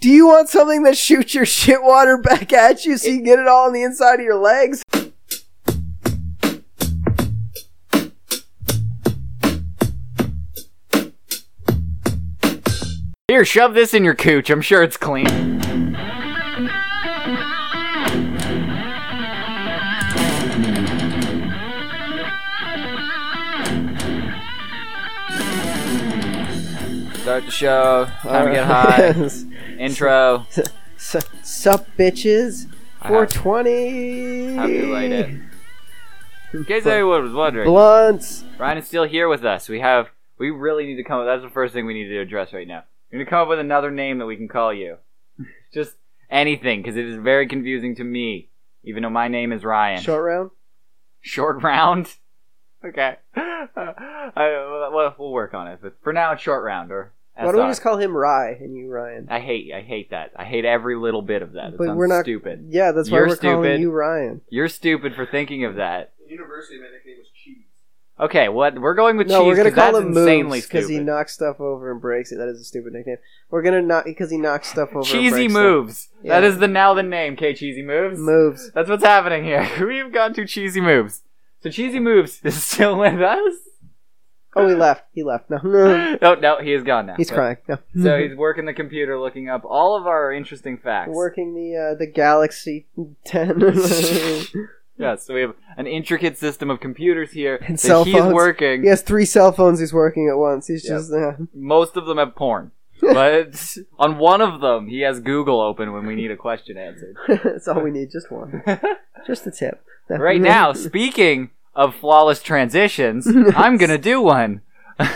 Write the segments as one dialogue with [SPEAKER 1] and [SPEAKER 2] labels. [SPEAKER 1] Do you want something that shoots your shit water back at you so you can get it all on the inside of your legs?
[SPEAKER 2] Here, shove this in your cooch. I'm sure it's clean. Start the show. Time to get high. Intro.
[SPEAKER 1] Su- Sup, bitches.
[SPEAKER 2] I have-
[SPEAKER 1] 420.
[SPEAKER 2] How do you light it? In case anyone was wondering,
[SPEAKER 1] Blunts.
[SPEAKER 2] Ryan is still here with us. We have. We really need to come. That's the first thing we need to address right now. We're gonna come up with another name that we can call you. Just anything, because it is very confusing to me. Even though my name is Ryan.
[SPEAKER 1] Short round.
[SPEAKER 2] Short round. Okay. I, well, we'll work on it, but for now, it's short round or.
[SPEAKER 1] Why don't we
[SPEAKER 2] SR.
[SPEAKER 1] just call him Rye and you Ryan?
[SPEAKER 2] I hate. I hate that. I hate every little bit of that. It
[SPEAKER 1] But
[SPEAKER 2] sounds
[SPEAKER 1] we're not-
[SPEAKER 2] stupid.
[SPEAKER 1] Yeah, that's why
[SPEAKER 2] You're
[SPEAKER 1] we're calling
[SPEAKER 2] stupid.
[SPEAKER 1] you Ryan.
[SPEAKER 2] You're stupid for thinking of that.
[SPEAKER 3] In university, my nickname was Cheese.
[SPEAKER 2] Okay, what we're going with
[SPEAKER 1] no,
[SPEAKER 2] cheese.
[SPEAKER 1] we're gonna
[SPEAKER 2] 'cause
[SPEAKER 1] call
[SPEAKER 2] that's
[SPEAKER 1] him
[SPEAKER 2] insanely
[SPEAKER 1] Moves because he
[SPEAKER 2] stupid.
[SPEAKER 1] knocks stuff over and breaks it. That is a stupid nickname. We're gonna knock because he knocks stuff over. and
[SPEAKER 2] Cheesy
[SPEAKER 1] breaks
[SPEAKER 2] moves. That
[SPEAKER 1] Yeah.
[SPEAKER 2] is the now the name. K cheesy moves.
[SPEAKER 1] Stuff. Moves.
[SPEAKER 2] That's what's happening here. We've gone to cheesy moves. So cheesy moves is still with us.
[SPEAKER 1] Oh, he left. He left. No, no.
[SPEAKER 2] oh no, he is gone now.
[SPEAKER 1] Mm. he's
[SPEAKER 2] But-
[SPEAKER 1] crying. No.
[SPEAKER 2] So he's working the computer, looking up all of our interesting facts.
[SPEAKER 1] working the uh, the Galaxy Ten.
[SPEAKER 2] Yes, so we have an intricate system of computers here
[SPEAKER 1] And
[SPEAKER 2] that
[SPEAKER 1] cell
[SPEAKER 2] he's
[SPEAKER 1] phones.
[SPEAKER 2] working.
[SPEAKER 1] he has three cell phones. He's working at once. He's just uh,
[SPEAKER 2] Most of them have porn, but on one of them he has Google open when we need a question answered.
[SPEAKER 1] that's all we need. Just one. Just a tip.
[SPEAKER 2] Right now, speaking of flawless transitions, I'm gonna do one.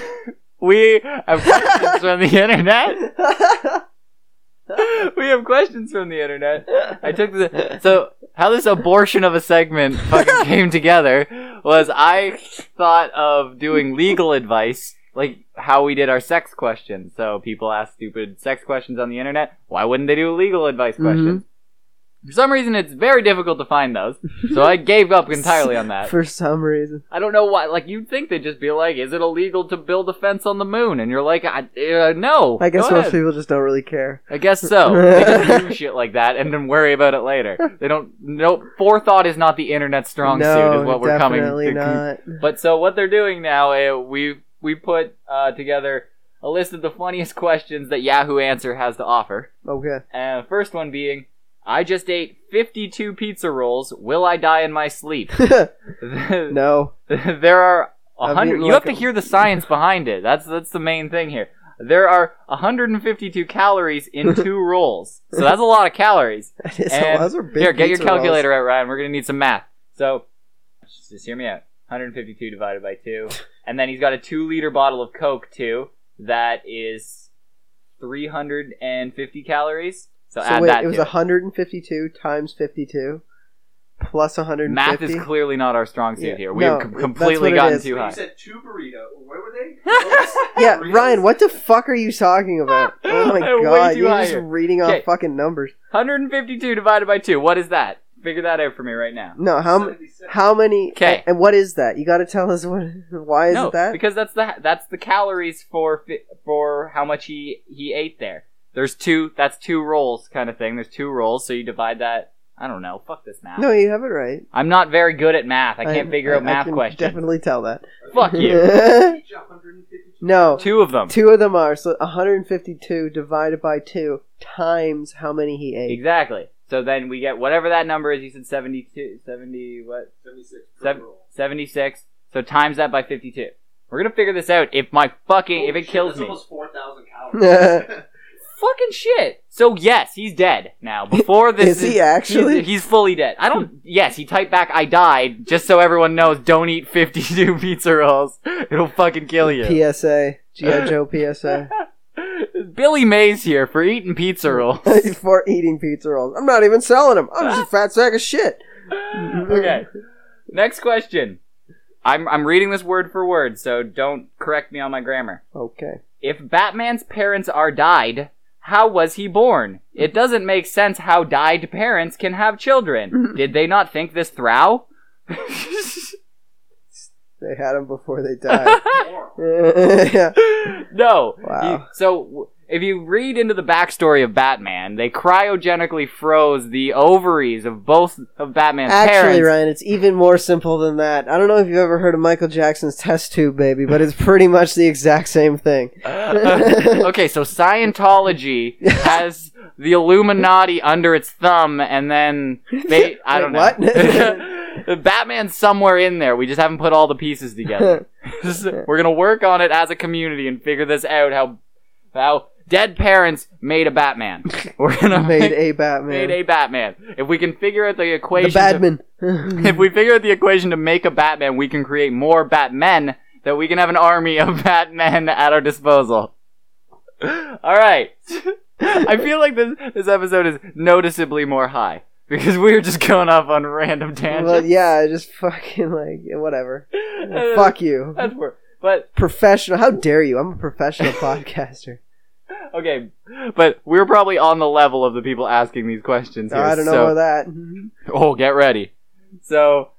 [SPEAKER 2] we have questions from the internet. We have questions from the internet. I took the so how this abortion of a segment fucking came together was I thought of doing legal advice like how we did our sex questions. So people ask stupid sex questions on the internet. Why wouldn't they do legal advice questions? For some reason, it's very difficult to find those. So I gave up entirely on that.
[SPEAKER 1] for some reason.
[SPEAKER 2] I don't know why. Like you'd think they'd just be like, "Is it illegal to build a fence on the moon?" And you're like, I, uh, "No."
[SPEAKER 1] I guess
[SPEAKER 2] Go
[SPEAKER 1] most
[SPEAKER 2] ahead.
[SPEAKER 1] people just don't really care.
[SPEAKER 2] I guess so. They just do shit like that and then worry about it later. They don't. No forethought is not the internet's strong
[SPEAKER 1] no,
[SPEAKER 2] suit. Is what we're coming to.
[SPEAKER 1] definitely not.
[SPEAKER 2] But so what they're doing now, uh, we we put uh, together a list of the funniest questions that Yahoo Answer has to offer.
[SPEAKER 1] Okay.
[SPEAKER 2] Uh, first one being, "I just ate 52 pizza rolls. Will I die in my sleep?"
[SPEAKER 1] no.
[SPEAKER 2] there are a
[SPEAKER 1] I've
[SPEAKER 2] hundred.
[SPEAKER 1] eaten
[SPEAKER 2] You
[SPEAKER 1] like
[SPEAKER 2] have to
[SPEAKER 1] a-
[SPEAKER 2] hear the science behind it. That's that's the main thing here. There are 152 calories in two rolls, so that's a lot of calories.
[SPEAKER 1] That is
[SPEAKER 2] And-
[SPEAKER 1] those are big
[SPEAKER 2] here, get your
[SPEAKER 1] pizza rolls.
[SPEAKER 2] calculator out, Ryan. We're gonna need some math. So, just, just hear me out. 152 divided by two, and then he's got a two-liter bottle of Coke too. That is 350 calories. So,
[SPEAKER 1] So
[SPEAKER 2] add
[SPEAKER 1] wait,
[SPEAKER 2] that.
[SPEAKER 1] it was
[SPEAKER 2] to it.
[SPEAKER 1] 152 times 52 plus 150.
[SPEAKER 2] Math is clearly not our strong suit
[SPEAKER 1] Yeah,
[SPEAKER 2] here. We
[SPEAKER 1] no,
[SPEAKER 2] have com-
[SPEAKER 1] that's
[SPEAKER 2] completely
[SPEAKER 1] what it
[SPEAKER 2] gotten
[SPEAKER 1] is.
[SPEAKER 2] too
[SPEAKER 3] But you
[SPEAKER 2] high.
[SPEAKER 3] said two burrito. What were they?
[SPEAKER 1] Yeah, Ryan, what the fuck are you talking about? Oh my
[SPEAKER 2] They're way
[SPEAKER 1] god,
[SPEAKER 2] too
[SPEAKER 1] you're
[SPEAKER 2] high
[SPEAKER 1] just
[SPEAKER 2] here.
[SPEAKER 1] reading off
[SPEAKER 2] Okay.
[SPEAKER 1] fucking numbers.
[SPEAKER 2] 152 divided by 2. What is that? Figure that out for me right now.
[SPEAKER 1] No, how m- how many?
[SPEAKER 2] 'Kay.
[SPEAKER 1] And what is that? You got to tell us what. Why is
[SPEAKER 2] no,
[SPEAKER 1] it that?
[SPEAKER 2] because that's the that's the calories for fi- for how much he he ate there. There's two that's two rolls kind of thing. There's two rolls, so you divide that I don't know. Fuck this math.
[SPEAKER 1] no, you have it right.
[SPEAKER 2] I'm not very good at math. I can't figure
[SPEAKER 1] I-
[SPEAKER 2] out math
[SPEAKER 1] I can
[SPEAKER 2] questions.
[SPEAKER 1] Definitely tell that.
[SPEAKER 2] Fuck you.
[SPEAKER 3] Each 152.
[SPEAKER 1] no,
[SPEAKER 2] two of them.
[SPEAKER 1] two of them are so 152 divided by two times how many he ate.
[SPEAKER 2] Exactly. So then we get whatever that number is. You said 72 70 what?
[SPEAKER 3] 76 per
[SPEAKER 2] Seven-
[SPEAKER 3] roll.
[SPEAKER 2] 76. So times that by 52. We're going to figure this out if my fucking if
[SPEAKER 3] Holy
[SPEAKER 2] it
[SPEAKER 3] shit,
[SPEAKER 2] kills
[SPEAKER 3] that's
[SPEAKER 2] me.
[SPEAKER 3] almost 4,000 calories.
[SPEAKER 2] fucking shit. So yes, he's dead now. Before this,
[SPEAKER 1] Is he actually?
[SPEAKER 2] He's, he's fully dead. I don't. Yes, he typed back, "I died," just so everyone knows. Don't eat fifty-two pizza rolls. It'll fucking kill you.
[SPEAKER 1] PSA, GI Joe PSA
[SPEAKER 2] Billy Mays here for eating pizza rolls.
[SPEAKER 1] for eating pizza rolls. I'm not even selling them. I'm just a fat sack of shit.
[SPEAKER 2] okay. Next question. I'm I'm reading this word for word, so don't correct me on my grammar.
[SPEAKER 1] Okay.
[SPEAKER 2] If Batman's parents are died, how was he born? It doesn't make sense how died parents can have children. Did they not think this through?
[SPEAKER 1] They had them before they died.
[SPEAKER 3] More.
[SPEAKER 1] yeah.
[SPEAKER 2] no.
[SPEAKER 1] Wow.
[SPEAKER 2] He- so w- if you read into the backstory of Batman, they cryogenically froze the ovaries of both of Batman's
[SPEAKER 1] Actually,
[SPEAKER 2] parents.
[SPEAKER 1] Ryan, it's even more simple than that. I don't know if you've ever heard of Michael Jackson's test tube baby, but it's pretty much the exact same thing.
[SPEAKER 2] okay, so Scientology has the Illuminati under its thumb, and then they. I
[SPEAKER 1] Wait,
[SPEAKER 2] don't
[SPEAKER 1] what?
[SPEAKER 2] know. Batman's somewhere in there. We just haven't put all the pieces together. We're gonna work on it as a community and figure this out. How how dead parents made a Batman. We're gonna
[SPEAKER 1] Made
[SPEAKER 2] make,
[SPEAKER 1] a Batman.
[SPEAKER 2] made a Batman. If we can figure out the
[SPEAKER 1] the
[SPEAKER 2] equation, to-
[SPEAKER 1] Batman.
[SPEAKER 2] if we figure out the equation to make a Batman, we can create more Batmen that we can have an army of Batmen at our disposal. All right. I feel like this this episode is noticeably more high because we are just going off on random
[SPEAKER 1] well,
[SPEAKER 2] tangents.
[SPEAKER 1] yeah, I just fucking like whatever. Fuck you,
[SPEAKER 2] That's wor- But
[SPEAKER 1] professional. How dare you? I'm a professional podcaster.
[SPEAKER 2] okay, but we're probably on the level of the people asking these questions here.
[SPEAKER 1] I don't know
[SPEAKER 2] so-
[SPEAKER 1] about that.
[SPEAKER 2] Oh, get ready. So,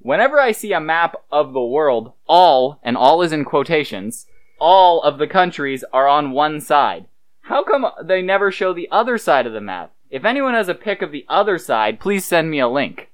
[SPEAKER 2] whenever I see a map of the world, all, and all is in quotations, all of the countries are on one side. How come they never show the other side of the map? If anyone has a pic of the other side, please send me a link.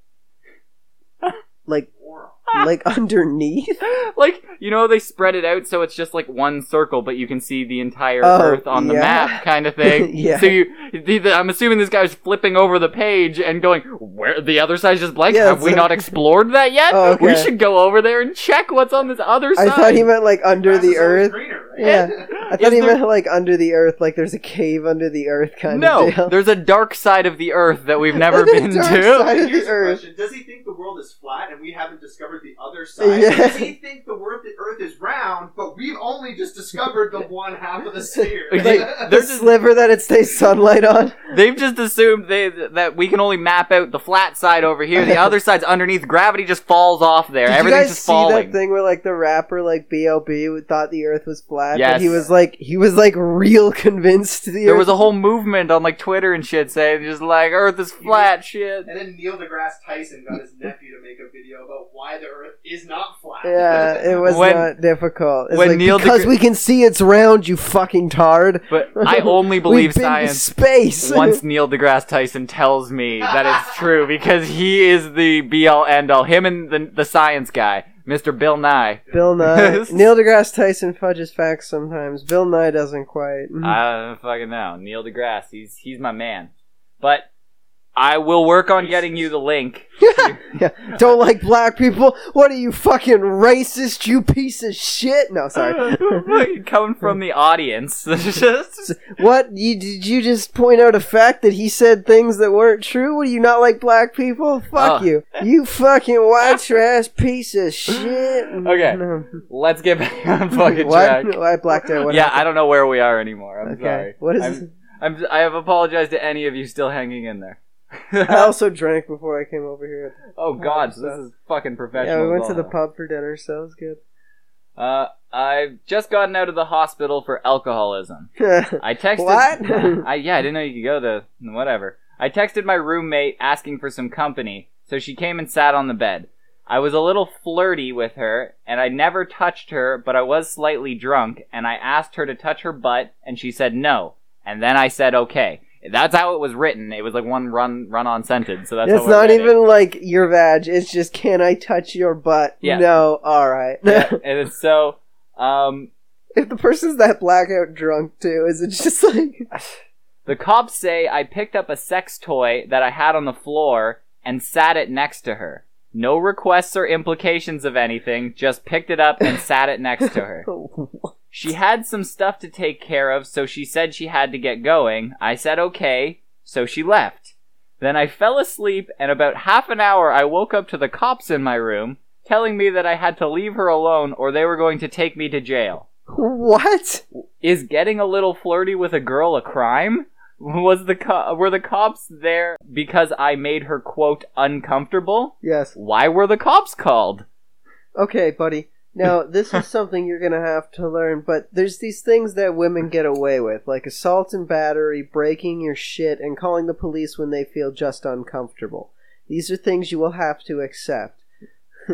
[SPEAKER 1] Like,
[SPEAKER 3] Or
[SPEAKER 1] like underneath.
[SPEAKER 2] Like, you know, they spread it out so it's just like one circle, but you can see the entire
[SPEAKER 1] Oh,
[SPEAKER 2] Earth on the
[SPEAKER 1] yeah.
[SPEAKER 2] map kind of thing.
[SPEAKER 1] Yeah.
[SPEAKER 2] So you, the, the- I'm assuming this guy's flipping over the page and going, where, the other side's just blank?
[SPEAKER 1] Yeah,
[SPEAKER 2] Have we
[SPEAKER 1] so-
[SPEAKER 2] not explored that yet?
[SPEAKER 1] Oh, okay.
[SPEAKER 2] We should go over there and check what's on this other
[SPEAKER 1] I
[SPEAKER 2] side.
[SPEAKER 1] thought he meant like under
[SPEAKER 3] grass
[SPEAKER 1] the
[SPEAKER 3] is always
[SPEAKER 1] earth.
[SPEAKER 3] greener, right?
[SPEAKER 1] Yeah. I thought
[SPEAKER 2] Is
[SPEAKER 1] he
[SPEAKER 2] there-
[SPEAKER 1] meant like under the earth, like there's a cave under the earth kind
[SPEAKER 2] no,
[SPEAKER 1] of deal.
[SPEAKER 2] there's a dark side of the Earth that we've never
[SPEAKER 1] The
[SPEAKER 2] been
[SPEAKER 1] dark
[SPEAKER 2] to.
[SPEAKER 1] side of
[SPEAKER 3] Here's
[SPEAKER 1] the
[SPEAKER 3] the
[SPEAKER 1] earth.
[SPEAKER 3] question: Does he think the world is flat and we haven't discovered the other side?
[SPEAKER 1] Yeah.
[SPEAKER 3] Does he think the world, the Earth is round, but we've only just discovered the one half of the sphere?
[SPEAKER 2] Like,
[SPEAKER 1] The
[SPEAKER 2] There's just-
[SPEAKER 1] sliver that it stays sunlight on.
[SPEAKER 2] They've just assumed they, that we can only map out the flat side over here. The other side's underneath. Gravity just falls off there.
[SPEAKER 1] Did you
[SPEAKER 2] Everything's
[SPEAKER 1] guys
[SPEAKER 2] just
[SPEAKER 1] see
[SPEAKER 2] falling.
[SPEAKER 1] that thing where like the rapper like B.O.B. would- thought the Earth was flat,
[SPEAKER 2] Yes.
[SPEAKER 1] but he was like he was like real convinced the
[SPEAKER 2] There
[SPEAKER 1] Earth
[SPEAKER 2] was a whole movement on like Twitter and shit saying just like Earth is flat shit.
[SPEAKER 3] and then Neil deGrasse Tyson got his nephew to make a video about why the Earth is not flat.
[SPEAKER 1] Yeah, it was
[SPEAKER 2] When-
[SPEAKER 1] not difficult. It's
[SPEAKER 2] when
[SPEAKER 1] like,
[SPEAKER 2] Neil
[SPEAKER 1] because
[SPEAKER 2] deGra-
[SPEAKER 1] we can see it's round, you fucking tard.
[SPEAKER 2] But I only believe
[SPEAKER 1] We've been
[SPEAKER 2] science
[SPEAKER 1] To space.
[SPEAKER 2] once Neil deGrasse Tyson tells me that it's true because he is the be all end all. Him and the, the science guy, Mr. Bill Nye.
[SPEAKER 1] Bill Nye. Neil deGrasse Tyson fudges facts sometimes. Bill Nye doesn't quite. Mm.
[SPEAKER 2] I don't fucking know. Neil deGrasse, he's he's my man. But I will work on getting you the link.
[SPEAKER 1] yeah. Don't like black people. What are you fucking racist? You piece of shit. No, sorry.
[SPEAKER 2] Coming from the audience. Just-
[SPEAKER 1] What you, did you just point out a fact that he said things that weren't true? What do you not like black people? Fuck
[SPEAKER 2] Oh.
[SPEAKER 1] you, you fucking white trash piece of shit.
[SPEAKER 2] Okay.
[SPEAKER 1] No.
[SPEAKER 2] Let's get back on fucking track.
[SPEAKER 1] What? I blacked out. What
[SPEAKER 2] yeah,
[SPEAKER 1] happened?
[SPEAKER 2] I don't know where we are anymore. I'm
[SPEAKER 1] okay.
[SPEAKER 2] sorry.
[SPEAKER 1] What is?
[SPEAKER 2] I'm, I'm, I have apologized to any of you still hanging in there.
[SPEAKER 1] I also drank before I came over here.
[SPEAKER 2] oh God, so this is fucking professional.
[SPEAKER 1] Yeah, we went to the
[SPEAKER 2] drama.
[SPEAKER 1] pub for dinner, so it was good.
[SPEAKER 2] Uh, I've just gotten out of the hospital for alcoholism. I texted.
[SPEAKER 1] What?
[SPEAKER 2] I, yeah, I didn't know you could go to whatever. I texted my roommate asking for some company, so she came and sat on the bed. I was a little flirty with her, and I never touched her, but I was slightly drunk, and I asked her to touch her butt, and she said no. And then I said okay. That's how it was written. It was like one run run on sentence. So that's
[SPEAKER 1] it's
[SPEAKER 2] how I
[SPEAKER 1] not
[SPEAKER 2] read it.
[SPEAKER 1] even like your vag. It's just, can I touch your butt?
[SPEAKER 2] Yeah.
[SPEAKER 1] No. All right.
[SPEAKER 2] Yeah, and it's so. Um,
[SPEAKER 1] if the person's that blackout drunk too, is it just like?
[SPEAKER 2] The cops say I picked up a sex toy that I had on the floor and sat it next to her. No requests or implications of anything, just picked it up and sat it next to her. She had some stuff to take care of, so she said she had to get going. I said okay, so she left. Then I fell asleep, and about half an hour I woke up to the cops in my room telling me that I had to leave her alone or they were going to take me to jail.
[SPEAKER 1] What?
[SPEAKER 2] Is getting a little flirty with a girl a crime? Was the co- were the cops there because I made her quote uncomfortable?
[SPEAKER 1] Yes.
[SPEAKER 2] Why were the cops called?
[SPEAKER 1] Okay, buddy. Now, this is something you're going to have to learn, but there's these things that women get away with, like assault and battery, breaking your shit, and calling the police when they feel just uncomfortable. These are things you will have to accept.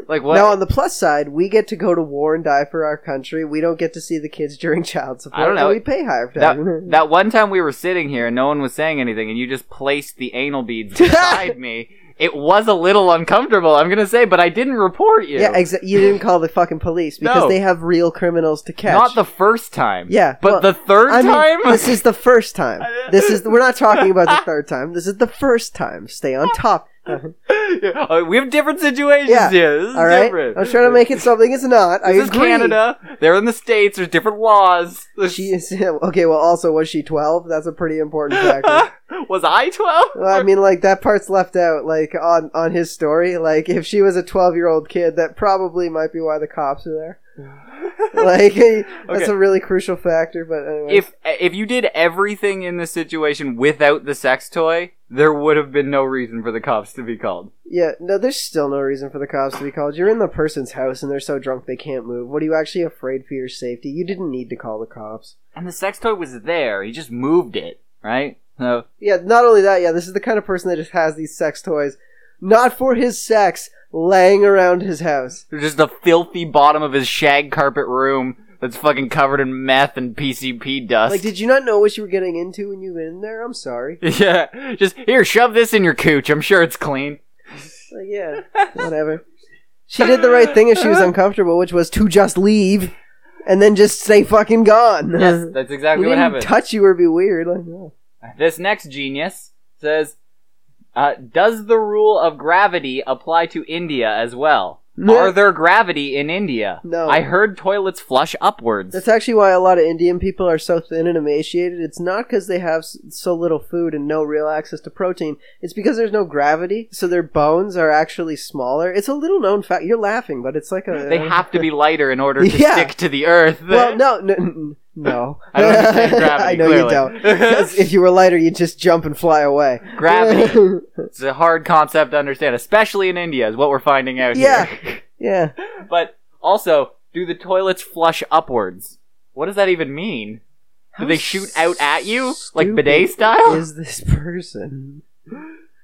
[SPEAKER 2] Like what?
[SPEAKER 1] Now, on the plus side, we get to go to war and die for our country. We don't get to see the kids during child support.
[SPEAKER 2] I don't know.
[SPEAKER 1] and We pay higher for
[SPEAKER 2] That-
[SPEAKER 1] that.
[SPEAKER 2] that one time we were sitting here and no one was saying anything, and you just placed the anal beads beside me. It was a little uncomfortable, I'm gonna say, but I didn't report you.
[SPEAKER 1] yeah, exa- you didn't call the fucking police because
[SPEAKER 2] No.
[SPEAKER 1] they have real criminals to catch.
[SPEAKER 2] Not the first time.
[SPEAKER 1] yeah,
[SPEAKER 2] But
[SPEAKER 1] well,
[SPEAKER 2] the third
[SPEAKER 1] I mean,
[SPEAKER 2] time.
[SPEAKER 1] this is the first time. This is we're not talking about the third time. This is the first time. Stay on top.
[SPEAKER 2] Uh, we have different situations
[SPEAKER 1] Yeah.
[SPEAKER 2] here. This is
[SPEAKER 1] All right.
[SPEAKER 2] different.
[SPEAKER 1] I'm trying to make it something it's not. I
[SPEAKER 2] This is
[SPEAKER 1] agree.
[SPEAKER 2] Canada. They're in the states. There's different laws. This-
[SPEAKER 1] She is okay. Well, also was she 12? That's a pretty important factor.
[SPEAKER 2] was I twelve?
[SPEAKER 1] Well, I mean, like that part's left out, like on on his story. Like if she was a 12 year old kid, that probably might be why the cops are there. Like that's
[SPEAKER 2] Okay.
[SPEAKER 1] a really crucial factor. But anyway,
[SPEAKER 2] if if you did everything in this situation without the sex toy, there would have been no reason for the cops to be called.
[SPEAKER 1] yeah, no, there's still no reason for the cops to be called. You're in the person's house and they're so drunk they can't move. What are you actually afraid for your safety? You didn't need to call the cops.
[SPEAKER 2] And the sex toy was there. He just moved it, right? So
[SPEAKER 1] Yeah, not only that, yeah, this is the kind of person that just has these sex toys, not for his sex, laying around his house.
[SPEAKER 2] there's just the filthy bottom of his shag carpet room that's fucking covered in meth and PCP dust.
[SPEAKER 1] Like, did you not know what you were getting into when you went in there? I'm sorry.
[SPEAKER 2] yeah, just here, shove this in your cooch. I'm sure it's clean.
[SPEAKER 1] Like, yeah, whatever. She did the right thing if she was uncomfortable, which was to just leave and then just stay fucking gone.
[SPEAKER 2] Yes, that's
[SPEAKER 1] we
[SPEAKER 2] exactly what
[SPEAKER 1] didn't
[SPEAKER 2] happened.
[SPEAKER 1] touch you or be weird. Like, no.
[SPEAKER 2] This next genius says, uh, "Does the rule of gravity apply to India as well?
[SPEAKER 1] No.
[SPEAKER 2] Are there gravity in India?
[SPEAKER 1] No.
[SPEAKER 2] I heard toilets flush upwards.
[SPEAKER 1] That's actually why a lot of Indian people are so thin and emaciated. It's not because they have s- so little food and no real access to protein. It's because there's no gravity, so their bones are actually smaller. It's a little known fact. You're laughing, but it's like a.
[SPEAKER 2] they have to be lighter in order to
[SPEAKER 1] Yeah.
[SPEAKER 2] stick to the earth.
[SPEAKER 1] Well, no, no, n- no.
[SPEAKER 2] I don't understand gravity.
[SPEAKER 1] I know you
[SPEAKER 2] clearly.
[SPEAKER 1] don't. 'Cause if you were lighter, you'd just jump and fly away.
[SPEAKER 2] gravity. It's a hard concept to understand, especially in India, is what we're finding out
[SPEAKER 1] Yeah.
[SPEAKER 2] here.
[SPEAKER 1] yeah.
[SPEAKER 2] But also, do the toilets flush upwards? What does that even mean? Do they shoot out at you like
[SPEAKER 1] stupid
[SPEAKER 2] bidet style?
[SPEAKER 1] Is this person?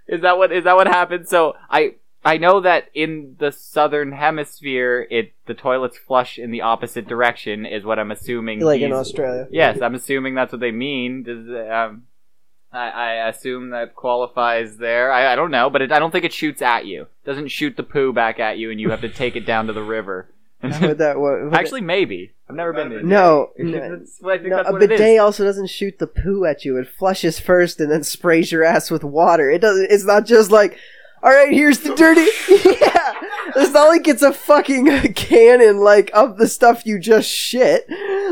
[SPEAKER 2] Is that what is that what happened? So I I know that in the southern hemisphere, it the toilets flush in the opposite direction is what I'm assuming.
[SPEAKER 1] Like in
[SPEAKER 2] he's-
[SPEAKER 1] Australia.
[SPEAKER 2] Yes, I'm assuming that's what they mean. Does um, I, I assume that qualifies there. I, I don't know, but it, I don't think it shoots at you. doesn't shoot the poo back at you, and you have to take it down to the river.
[SPEAKER 1] Would that, what, would
[SPEAKER 2] Actually, maybe I've never been to. India.
[SPEAKER 1] no. no.
[SPEAKER 2] That's- I think
[SPEAKER 1] No, uh,
[SPEAKER 2] that's
[SPEAKER 1] a
[SPEAKER 2] what it is.
[SPEAKER 1] bidet also doesn't shoot the poo at you. It flushes first and then sprays your ass with water. It doesn't. It's not just like, all right, here's the dirty. yeah, it's not like it's a fucking cannon like of the stuff you just shit.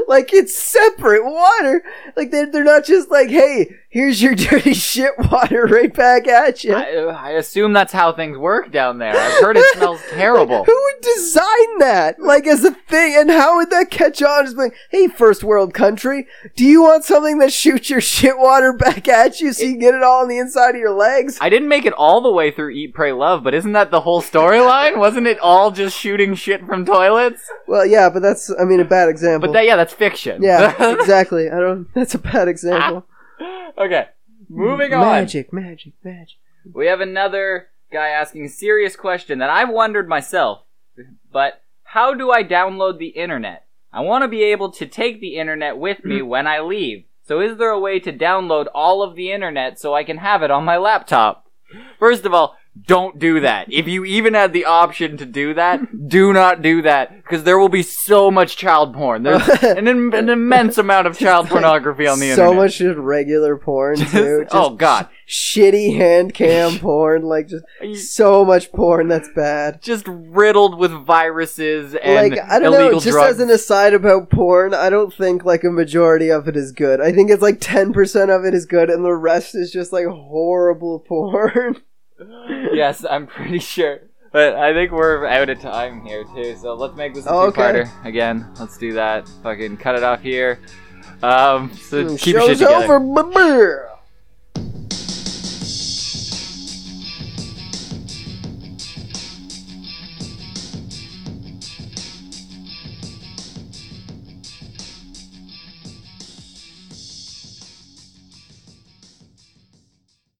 [SPEAKER 1] Like it's separate water. Like they're they're not just like, hey, here's your dirty shit water right back at you.
[SPEAKER 2] I, I assume that's how things work down there. I've heard it smells terrible.
[SPEAKER 1] Who would design that? Like as a thing, and how would that catch on? It's like, hey, first world country, do you want something that shoots your shit water back at you so you get it all on the inside of your legs?
[SPEAKER 2] I didn't make it all the way through Eat, Pray, Love, but isn't that the whole storyline? Wasn't it all just shooting shit from toilets?
[SPEAKER 1] Well, yeah, but that's, I mean, a bad example.
[SPEAKER 2] But that, yeah, that's fiction.
[SPEAKER 1] yeah, exactly. I don't. That's a bad example.
[SPEAKER 2] okay. Moving on.
[SPEAKER 1] Magic, magic, magic.
[SPEAKER 2] We have another guy asking a serious question that I've wondered myself. But how do I download the internet? I want to be able to take the internet with
[SPEAKER 1] Mm-hmm.
[SPEAKER 2] me when I leave. So is there a way to download all of the internet so I can have it on my laptop? First of all, don't do that. If you even had the option to do that, do not do that because there will be so much child porn. There's an, im- an immense amount of child pornography on the
[SPEAKER 1] so
[SPEAKER 2] internet.
[SPEAKER 1] much just regular porn too. Just
[SPEAKER 2] oh god.
[SPEAKER 1] shitty hand cam porn. Like just so much porn that's bad.
[SPEAKER 2] just riddled with viruses and
[SPEAKER 1] like I don't
[SPEAKER 2] illegal
[SPEAKER 1] know. Just
[SPEAKER 2] drugs.
[SPEAKER 1] as an aside about porn, I don't think like a majority of it is good. I think it's like ten percent of it is good, and the rest is just like horrible porn.
[SPEAKER 2] yes, I'm pretty sure. But I think we're out of time here too, so let's make this a
[SPEAKER 1] Oh, okay.
[SPEAKER 2] two-parter again. Let's do that. Fucking cut it off here. Um, so keep your
[SPEAKER 1] Hmm,
[SPEAKER 2] shit
[SPEAKER 1] Show's
[SPEAKER 2] together.
[SPEAKER 1] over. Blah, blah.